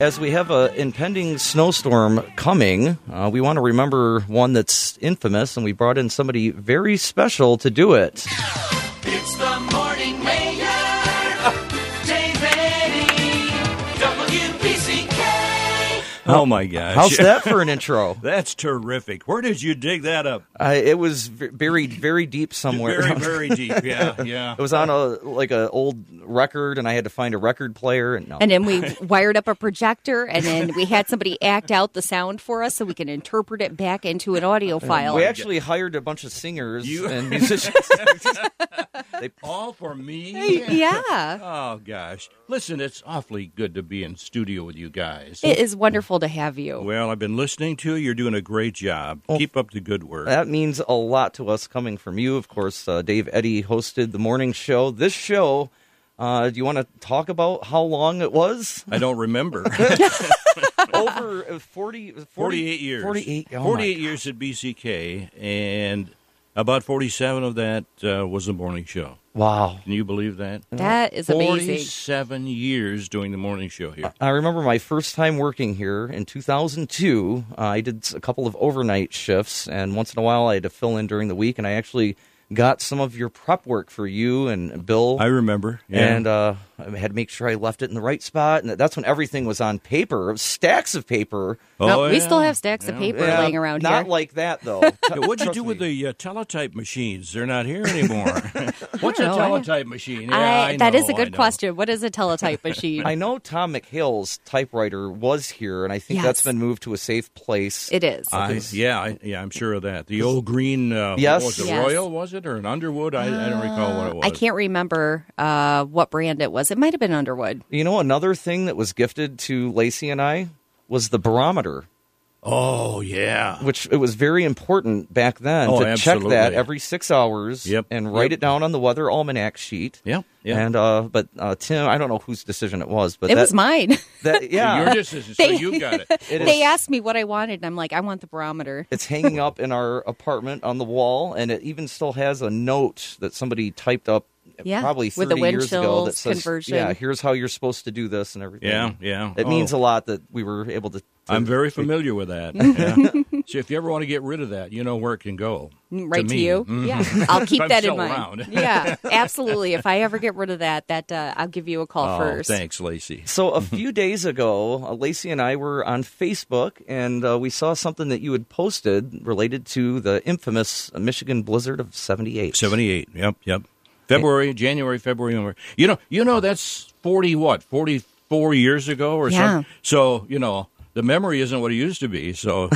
as we have an impending snowstorm coming, uh, we want to remember one that's infamous, and we brought in somebody very special to do it. It's the morning mayor, Dave Eddy, WBCK. Oh my gosh. How's that for an intro? That's terrific. Where did you dig that up? Uh, it was v- buried very deep somewhere. Very, very deep. Yeah, yeah. it was on a like a old record, and I had to find a record player. And no, And then we wired up a projector, and then we had somebody act out the sound for us so we can interpret it back into an audio file. we actually hired a bunch of singers You- and musicians. they, All for me. yeah. Oh gosh. Listen, it's awfully good to be in studio with you guys. It is wonderful to have you. well, I've been listening to you. You're doing a great job. Oh. Keep up the good work. that means a lot to us coming from you. Of course, uh, Dave Eddy hosted the morning show. This show, uh, do you want to talk about how long it was? I don't remember. Over uh, 40, 40 48 years. 48, oh my 48 years at BCK, and about 47 of that uh, was the morning show. Wow. Can you believe that? That is amazing. 47 years doing the morning show here. I remember my first time working here in 2002. Uh, I did s- a couple of overnight shifts, and once in a while I had to fill in during the week. And I actually got some of your prep work for you and Bill. I remember. Yeah. and uh, I had to make sure I left it in the right spot. And that's when everything was on paper, it was stacks of paper. No, Oh, we yeah. still have stacks of Yeah. paper Yeah, laying around not here. like that though. Yeah, what'd you do with the uh, teletype machines? They're not here anymore. What's a know. I- teletype machine? Yeah, I- I that is a know, I good know. question. What is a teletype machine? I know Tom McHale's typewriter was here, and I think Yes. that's been moved to a safe place. it is. I, yeah, I, yeah, I'm sure of that. The old green, uh, Yes. what was it Yes. Uh, Royal? Was it or an Underwood? I, I don't recall what it was. I can't remember uh, what brand it was. It might have been Underwood. You know, another thing that was gifted to Lacey and I was the barometer. Oh yeah, which it was very important back then Oh, to check absolutely. that every six hours Yep. and write Yep. it down on the weather almanac sheet. Yep. Yep. And uh, but uh, Tim, I don't know whose decision it was, but it that, was mine. that- yeah, your decision. So They- you got it. It is- they asked me what I wanted, and I'm like, I want the barometer. it's hanging up in our apartment on the wall, and it even still has a note that somebody typed up. Yeah, probably with the 30 years wind ago that chills says, conversion. "Yeah, here's how you're supposed to do this and everything." Yeah, yeah. It Oh. means a lot that we were able to. to- I'm very familiar with that. Yeah. so if you ever want to get rid of that, you know where it can go. Mm, Right to, me. you? Mm. Yeah. I'll keep I'm that still in mind. around. yeah, absolutely. If I ever get rid of that, that uh, I'll give you a call Oh, first. thanks, Lacey. So a few days ago, uh, Lacey and I were on Facebook, and uh, we saw something that you had posted related to the infamous Michigan blizzard of '78. 78. Yep, yep. February, January, February, January. You know, you know that's 40 what? 44 years ago or Yeah. something. So, you know, the memory isn't what it used to be. So,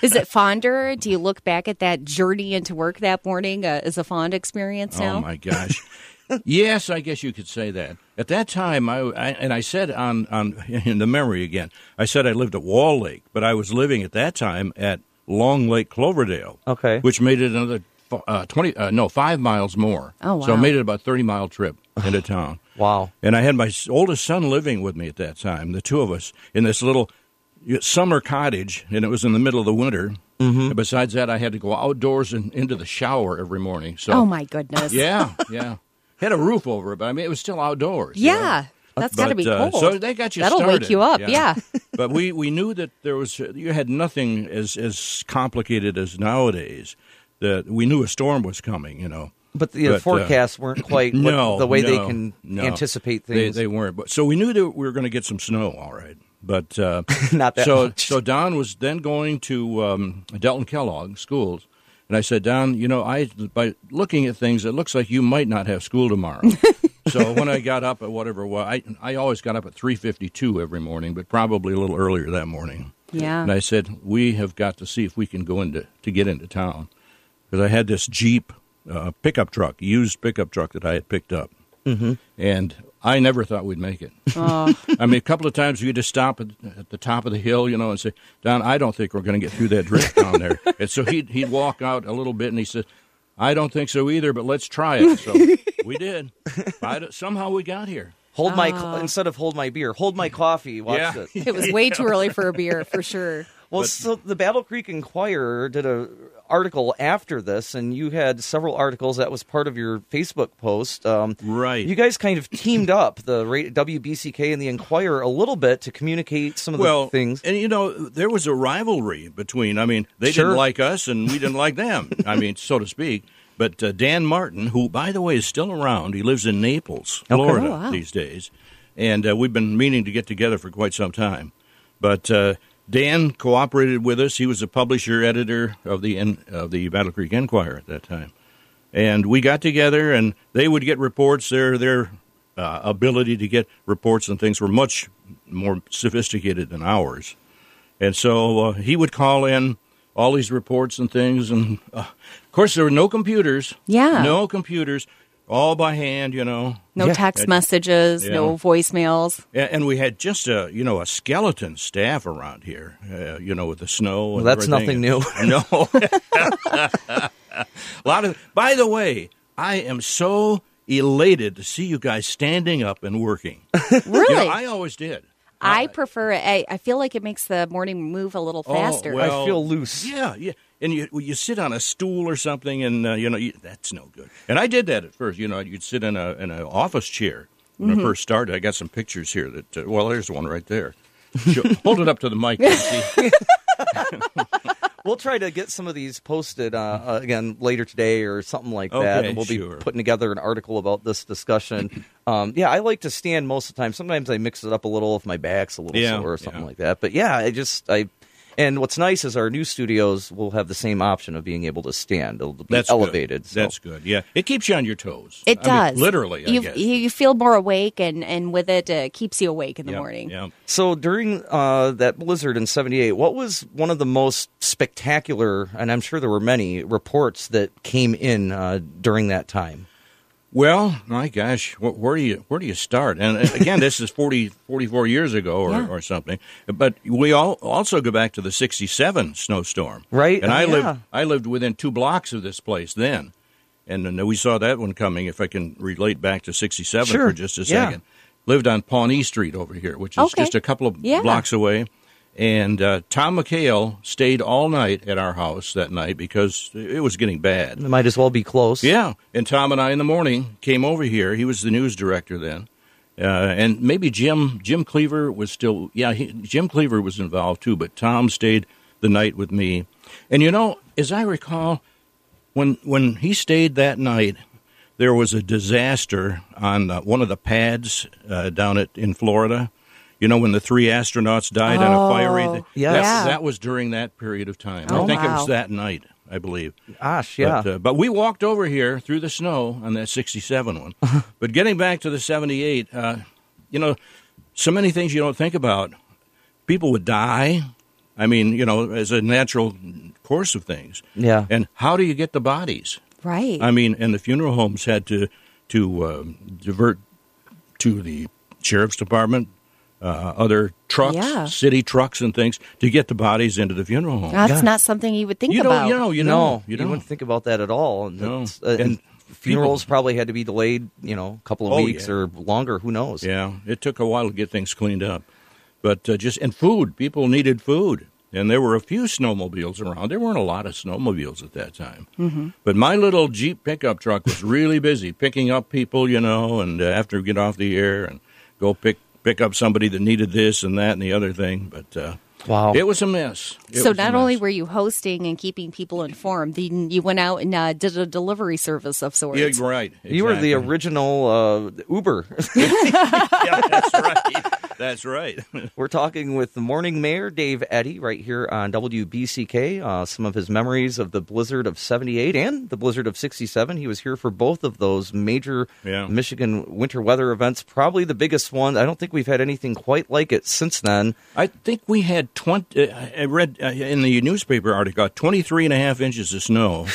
Is it fonder? Do you look back at that journey into work that morning uh, as a fond experience now? oh my gosh. yes, I guess you could say that. At that time, I, I and I said on on in the memory again. I said I lived at Wall Lake, but I was living at that time at Long Lake Cloverdale. Okay. Which made it another f- uh, 20 uh, no, 5 miles more. Oh, So wow. it made it about 30 mile trip into town. Wow. And I had my s- oldest son living with me at that time, the two of us, in this little y- summer cottage, and it was in the middle of the winter. And besides that, I had to go outdoors and into the shower every morning. So, Oh, my goodness. yeah, yeah, had a roof over it, but I mean, it was still outdoors. you know? Yeah. That's got to But, be uh, cold. so that got you. That'll started. wake you up. Yeah. but we we knew that there was uh, you had nothing as as complicated as nowadays. That we knew a storm was coming. You know. But the uh, But, uh, forecasts weren't quite what- No, the way they no, can no. anticipate They- things. They, weren't. But so we knew that we were going to get some snow. All right, but uh, Not that So much. so Don was then going to um, Delton Kellogg schools, and I said, Don, you know, I by looking at things, it looks like you might not have school tomorrow. so when I got up at whatever, well, I I always got up at three fifty two every morning, but probably a little earlier that morning. Yeah. And I said, we have got to see if we can go into to get into town because I had this Jeep uh, pickup truck, used pickup truck that I had picked up, mm-hmm. and I never thought we'd make it. Oh, I mean, a couple of times we just stop at, at the top of the hill, you know, and say, "Don, I don't think we're going to get through that drift down there." And so he'd he'd walk out a little bit, and he said, "I don't think so either, but let's try it." So we did. I don't- somehow we got here. hold my co- instead of hold my beer, hold my coffee. Watch Yeah. it. it was way too early for a beer, for sure. Well, But- so the Battle Creek Inquirer did a article after this, and you had several articles that was part of your Facebook post. Um, Right. You guys kind of teamed up the ra- WBCK and the Inquirer a little bit to communicate some of well, the things. and you know, there was a rivalry between. I mean, they Sure. didn't like us, and we didn't like them. I mean, so to speak. But uh, Dan Martin, who by the way is still around, he lives in Naples, Florida, Oh, wow. these days, and uh, we've been meaning to get together for quite some time. But uh, Dan cooperated with us. He was a publisher editor of the in, of the Battle Creek Enquirer at that time, and we got together, and they would get reports. Their their uh, ability to get reports and things were much more sophisticated than ours, and so uh, he would call in all these reports and things, and uh, of course there were no computers. Yeah. no computers, all by hand. You know, No Yeah. text messages, no Yeah. voicemails. yeah, and we had just a you know a skeleton staff around here, uh, you know, with the snow. Well, And that's everything. nothing new. No, a lot of. By the way, I am so elated to see you guys standing up and working. Really? You know, I always did. I prefer it. I, I feel like it makes the morning move a Oh, little faster. well- I feel loose. Yeah, yeah. And you well, you sit on a stool or something, and uh, you know you, that's no good. And I did that at first. You know, you'd sit in a in an office chair when Mm-hmm. I first started. I got some pictures here. That uh, well, there's one right there. Sure. Hold it up to the mic. Casey. We'll try to get some of these posted uh, uh, again later today or something like that. Okay, And we'll sure. be putting together an article about this discussion. Um, yeah, I like to stand most of the time. Sometimes I mix it up a little if my back's a little Yeah, sore or something yeah. like that. But yeah, I just I. And what's nice is our new studios will have the same option of being able to stand. It'll be That's elevated. Good. so- That's good. Yeah, it keeps you on your toes. I it mean, does. literally, I you, guess. you you feel more awake, and, and with it, uh, it keeps you awake in the Yeah, morning. Yeah. So during uh, that blizzard in '78, what was one of the most spectacular, and I'm sure there were many reports that came in uh, during that time? Well, my gosh, wh- where do you where do you start? And uh, again, this is 40, 44 years ago or, Yeah. or something. But we all also go back to the '67 snowstorm, Right, And oh, I yeah. lived I lived within two blocks of this place then, and, then we saw that one coming. If I can relate back to '67 Sure, for just a yeah. second, lived on Pawnee Street over here, which is Okay. just a couple of Yeah. blocks away. And uh, Tom McHale stayed all night at our house that night because it was getting bad. It might as well be close. Yeah, and Tom and I in the morning came over here. He was the news director then, uh, and maybe Jim Jim Cleaver was still yeah he, Jim Cleaver was involved too, but Tom stayed the night with me. And you know, as I recall, when when he stayed that night, there was a disaster on uh, one of the pads uh, down at in Florida. You know when the three astronauts died on a fiery. Oh, Th- yes. that, Yeah. that was during that period of time. Oh, I think it wow. was that night, I believe. Gosh, yeah. But, uh, but we walked over here through the snow on that 67 one. but getting back to the 78, uh, you know, so many things you don't think about. People would die. I mean, you know, as a natural course of things. Yeah. And how do you get the bodies? Right. I mean, and the funeral homes had to to um, divert to the sheriff's department, uh, other trucks, Yeah. city trucks, and things to get the bodies into the funeral home. That's Yeah. not something you would think you don't, about. you know, oh, you no, know, you, you don't. wouldn't think about that at all. And, No. that's- uh, and And funerals probably had to be delayed, you know, a couple of Oh, weeks yeah. or longer. Who knows? Yeah, it took a while to get things cleaned up, but uh, just and food. People needed food, and there were a few snowmobiles around. There weren't a lot of snowmobiles at that time, mm-hmm. but my little Jeep pickup truck was really busy picking up people, you know, and uh, after we get off the air and go pick pick up somebody that needed this and that and the other thing. But uh, Wow. it was a mess. It so was a not only mess. were you hosting and keeping people informed, then you went out and uh, did a delivery service of sorts. yeah, right. You were the exactly. original uh, Uber. Yeah, that's right. That's right. We're talking with the morning mayor, Dave Eddy, right here on WBCK. Uh, some of his memories of the blizzard of 78 and the blizzard of 67. He was here for both of those major Yeah. Michigan winter weather events. Probably the biggest one. I don't think we've had anything quite like it since then. I think we had 20. Uh, I read uh, in the newspaper article 23 and a half inches of snow,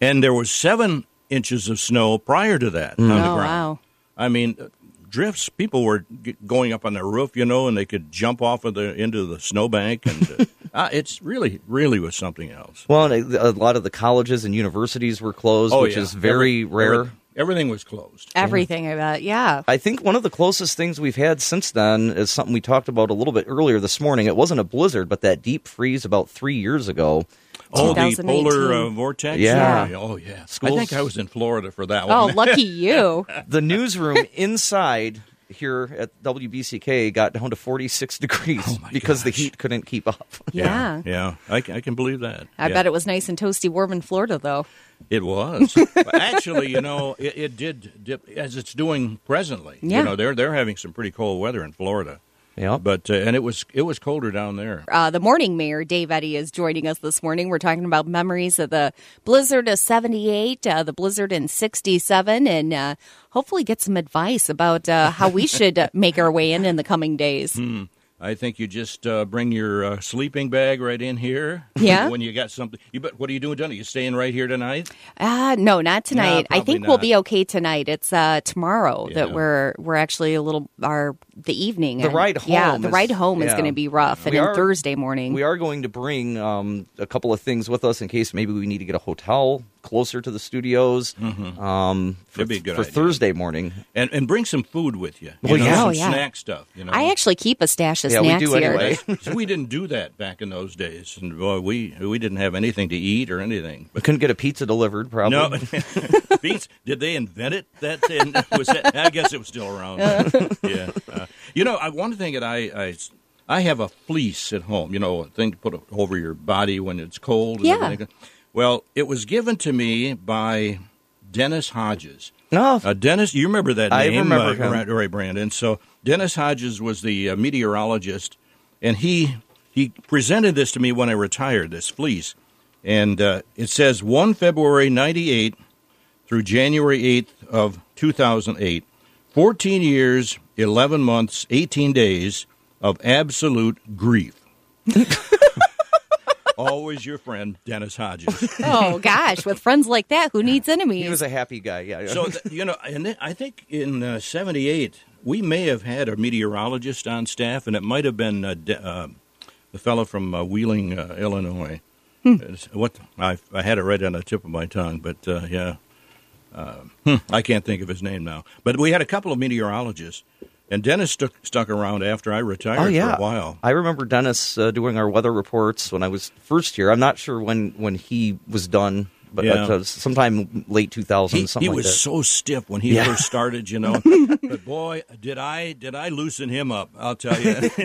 and there was seven inches of snow prior to that on the Oh, ground. wow. I mean, uh, drifts. People were g- going up on their roof, you know, and they could jump off of the into the snowbank, and uh, uh, it's really, really was something else. Oh, Well, and a, a lot of the colleges and universities were closed, which yeah. is very Every- rare. every- Everything was closed. Everything about yeah. I think one of the closest things we've had since then is something we talked about a little bit earlier this morning. It wasn't a blizzard, but that deep freeze about three years ago. Oh, the 2018. polar uh, vortex. Yeah. Oh, yeah. I Schools- think I was in Florida for that Oh, one. lucky you. The newsroom inside here at WBCK got down to 46 degrees Oh, my because the gosh. heat couldn't keep up. Yeah. yeah, I, ca- I can believe that. I Yeah. bet it was nice and toasty warm in Florida though. It was But actually, you know, it, it did dip as it's doing presently. Yeah. You know, they're they're having some pretty cold weather in Florida, Yeah, but but uh, and it was it was colder down there. Uh, the morning mayor, Dave Eddy, is joining us this morning. We're talking about memories of the blizzard of 78, uh, the blizzard in 67, and uh, hopefully get some advice about uh, how we should uh, make our way in in the coming days. Hmm. I think you just uh, bring your uh, sleeping bag right in here. Yeah. when you got something, you bet. What are you doing tonight? You staying right here tonight? Uh, no, not tonight. I probably think we'll not. be okay tonight. It's uh, tomorrow that Yeah. we're we're actually a little our the evening. The and- ride Yeah, home the is- ride home is yeah. going to be rough, and We then are- Thursday morning. we are going to bring um, a couple of things with us in case maybe we need to get a hotel closer to the studios um, for, That'd Mm-hmm. be a good for idea. Thursday morning. And and bring some food with you. you Well, know, yeah. some Oh, yeah. snack stuff. You know, I actually keep a stash of Yeah, we snacks do here. anyway. So we didn't do that back in those days, and boy, we we didn't have anything to eat or anything. We couldn't get a pizza delivered, probably. No, Beans, did they invent it? That then was that, I guess it was still around. yeah, Uh, you know, I, one thing that I, I I have a fleece at home. You know, a thing to put over your body when it's cold. and Yeah. everything. Well, it was given to me by Dennis Hodges. No. Uh, Dennis, you remember that I name, remember uh, him. Right, right, Brandon. So Dennis Hodges was the uh, meteorologist, and he he presented this to me when I retired. This fleece, and uh, it says one February '98 through January 8th of 2008, 14 years, 11 months, 18 days of absolute grief. Always your friend, Dennis Hodges. oh gosh, with friends like that, who needs enemies? he was a happy guy. Yeah. So th- you know, and th- I think in uh, '78 we may have had a meteorologist on staff, and it might have been uh, De- uh, the fellow from uh, Wheeling, uh, Illinois. Hmm. It's- What I, I had it right on the tip of my tongue, but uh, yeah, uh, I can't think of his name now. But we had a couple of meteorologists, and Dennis stuck stuck around after I retired oh yeah, for a while. I remember Dennis uh, doing our weather reports when I was first here. I'm not sure when when he was done, but Yeah. uh, sometime late 2000, He, something he like was that. so stiff when he Yeah. first started, you know. but boy, did I did I loosen him up? I'll tell you.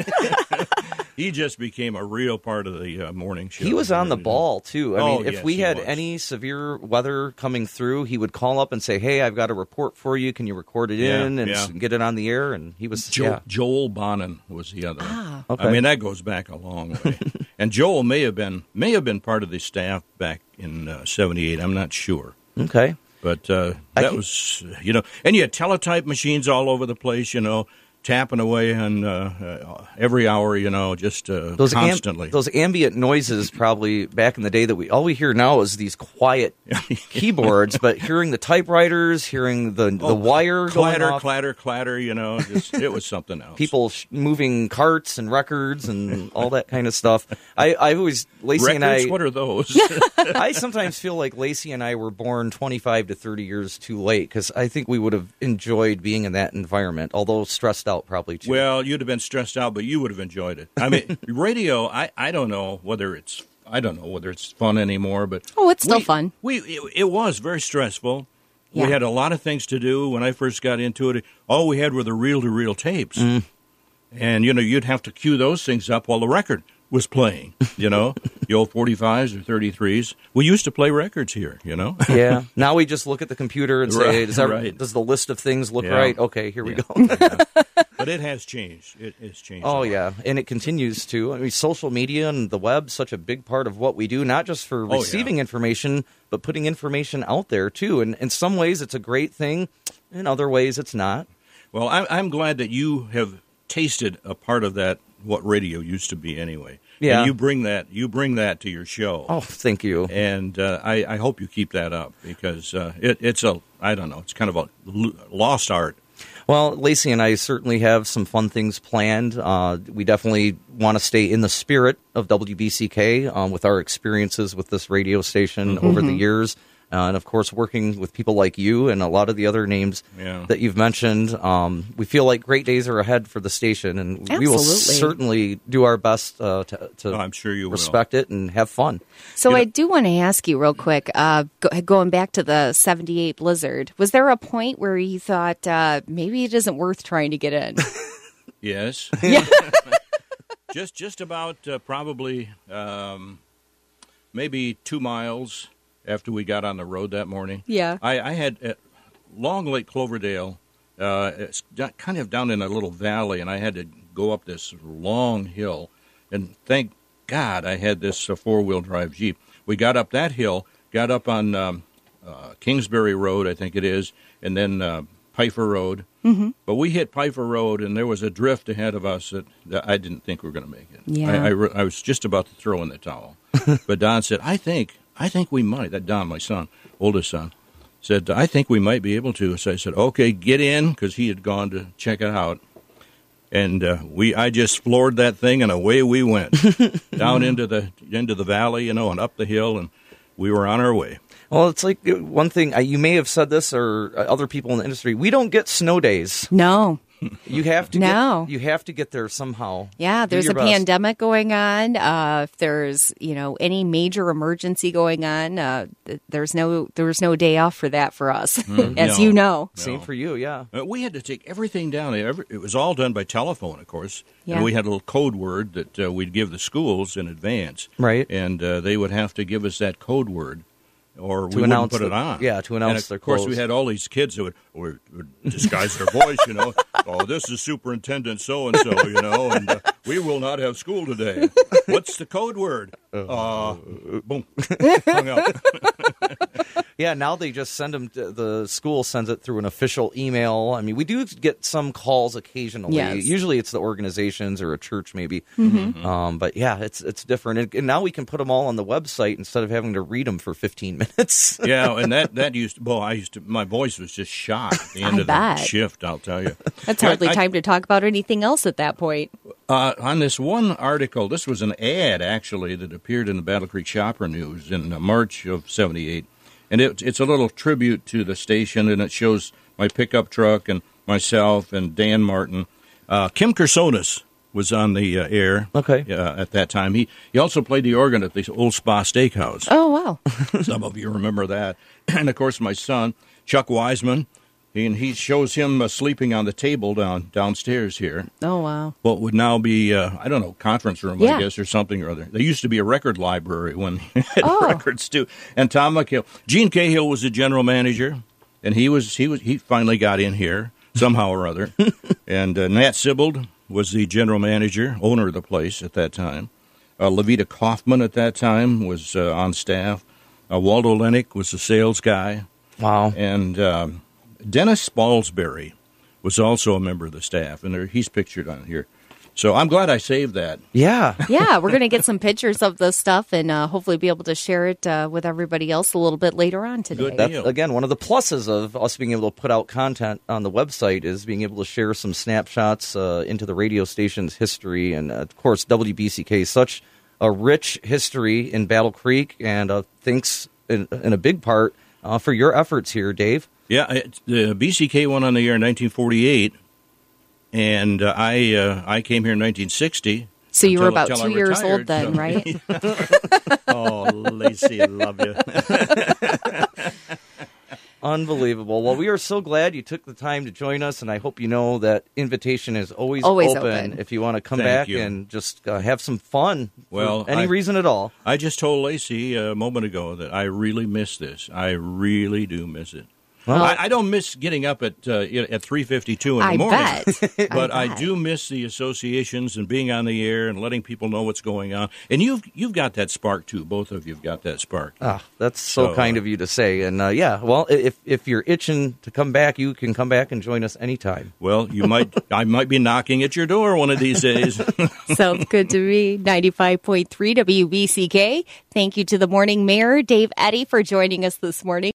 he just became a real part of the uh, morning show. He was on the really did. ball too. I Oh, mean, if yes, we he had was. any severe weather coming through, he would call up and say, "Hey, I've got a report for you. Can you record it Yeah, in and yeah. s- get it on the air?" And he was Jo- yeah. Joel Bonnen was the other. Ah, okay. I mean, that goes back a long way. and Joel may have been may have been part of the staff back in uh, '78. I'm not sure. Okay. But uh, I that can- was, you know, and you had teletype machines all over the place, you know, tapping away on uh, uh, every hour, you know, just uh, Those am- constantly. those ambient noises probably back in the day that we all we hear now is these quiet keyboards, but hearing the typewriters, hearing the the Oh, wire clatter, going off, clatter, clatter, you know, just, it was something else. people sh- moving carts and records and all that kind of stuff. I I always Lacey records, and I what are those? I sometimes feel like Lacey and I were born 25 to 30 years too late because I think we would have enjoyed being in that environment, although stressed out probably too. well, you'd have been stressed out, but you would have enjoyed it. I mean, radio. I, I don't know whether it's I don't know whether it's fun anymore, but Oh, it's still we- fun. We it, it was very stressful. Yeah. We had a lot of things to do when I first got into it. All we had were the reel-to-reel tapes, Mm. and you know you'd have to cue those things up while the record was playing. You know, the old forty-fives or thirty-threes. We used to play records here. You know. yeah. Now we just look at the computer and say, Right, does, that, right. does the list of things look Yeah. right? Okay, here we Yeah. go. But it has changed. It has changed. a oh, lot. yeah. And it continues to. I mean, social media and the web, such a big part of what we do, not just for yeah. receiving information, but putting information out there, too. And in some ways, it's a great thing. In other ways, it's not. Well, I'm, I'm glad that you have tasted a part of that what radio used to be anyway. Yeah. And you bring that you bring that to your show. Oh, thank you. And uh, I, I hope you keep that up because uh, it, it's a I don't know it's kind of a lo- lost art. Well, Lacey and I certainly have some fun things planned. Uh, we definitely want to stay in the uh, Mm-hmm. spirit of WBCK um, with our experiences with this radio station over the years. Uh, and of course, working with people like you and a lot of the other names Yeah. that you've mentioned, um, we feel like great days are ahead for the station, and we will Absolutely. certainly do our best uh, to, to Oh, I'm sure you will. respect it and have fun. So You know- I do want to ask you real quick. Uh, go, going back to the '78 Blizzard, was there a point where you thought uh, maybe it isn't worth trying to get in? Yes. just just about uh, probably um, maybe two miles after we got on the road that morning. Yeah. I, I had at Long Lake Cloverdale. Uh, it's do- kind of down in a little valley, and I had to go up this long hill. And thank God I had this uh, four wheel drive Jeep. We got up that hill, got up on um, uh, Kingsbury Road, I think it is, and then uh, Piper Road. Mm-hmm. But we hit Piper Road, and there was a drift ahead of us that, that I didn't think we were going to make it. Yeah. I, I, re- I was just about to throw in the towel, but Don said, "I think, I think we might." That Don, my son, oldest son, said, "I think we might be able to." So I said, "Okay, get in," because he had gone to check it out. And uh, we, I just floored that thing, and away we went down into the into the valley, you know, and up the hill, and we were on our way. Well, it's like uh, one thing I, you may have said this, or uh, other people in the industry. We don't get snow days. no. You have to No. Get, you have to get there somehow. Yeah, Do there's your a best. pandemic going on. Uh, if there's you know any major emergency going on, uh, th- there's no there's no day off for that for us, as No. you know. Same for you, yeah. Uh, we had to take everything down. Every- It was all done by telephone, of course. Yeah. And we had a little code word that uh, we'd give the schools in advance. Right. And uh, they would have to give us that code word. Or we announce wouldn't put the- it on. yeah, to announce and of their course, we clothes. had all these kids that would, would, would disguise their voice, you know. Oh, this is Superintendent so and so, you know, and uh, we will not have school today. What's the code word? Uh, boom. Hung up. Yeah, now they just send them. To, the school sends it through an official email. I mean, we do get some calls occasionally. Yes. Mm-hmm. Usually, it's the organizations or a church, maybe. Um, but yeah, it's it's different. And, and now we can put them all on the website instead of having to read them for 15 minutes. yeah, and that that used to. Well, I used to. My voice was just shot at the end I of bet. the shift. I'll tell you. That's hardly I- I- time to talk about anything else at that point. Uh, on this one article, this was an ad actually that appeared in the Battle Creek Shopper News in uh, March of '78, and it, it's a little tribute to the station, and it shows my pickup truck and myself and Dan Martin. Uh, Kim Kersonis was on the uh, air. Okay. Uh, at that time, he he also played the organ at the old Spa Steakhouse. Oh wow, Some of you remember that. And of course, my son, Chuck Wiseman, he, and he shows him uh, sleeping on the table down downstairs here. oh wow. What would now be, uh, I don't know, conference room, Yeah. I guess, or something or other. There used to be a record library when they had Oh. records too. And Tom McHale, Gene Cahill was the general manager, and he was he was he finally got in here somehow or other. and uh, Nat Sibbald was the general manager, owner of the place at that time. Uh, Levita Kaufman at that time was uh, on staff. Uh, Waldo Lennick was the sales guy. Wow. And um, Dennis Spalsbury was also a member of the staff, and there, he's pictured on here. So I'm glad I saved that. Yeah. Yeah, we're gonna get some pictures of this stuff and uh, hopefully be able to share it uh, with everybody else a little bit later on today. Good. That's Deal. again one of the pluses of us being able to put out content on the website is being able to share some snapshots uh, into the radio station's history and uh, of course WBCK such a rich history in Battle Creek and uh, thanks in, in a big part uh, for your efforts here, Dave. Yeah, it, the BCK went on the air in 1948, and uh, I uh, I came here in 1960. So you were until- about until I two years retired, old then, so- right? oh, Lacey, love you. Unbelievable. Well, we are so glad you took the time to join us, and I hope you know that invitation is always, Always open. if you want to come Thank back you. and just uh, have some fun. for Well, any I- reason at all. I just told Lacey uh, a moment ago that I really miss this. I really do miss it. I, I don't miss getting up at uh, you know, at three fifty two in the I morning, bet. but I, bet. do miss the associations and being on the air and letting people know what's going on. And you've you've got that spark too. Both of you've got that spark. Ah, that's so, So, kind uh, of you to say. And uh, yeah, well, i- if if you're itching to come back, you can come back and join us anytime. Well, you might I might be knocking at your door one of these days. Sounds good to me. 95.3 WBCK. Thank you to the morning mayor, Dave Eddy, for joining us this morning.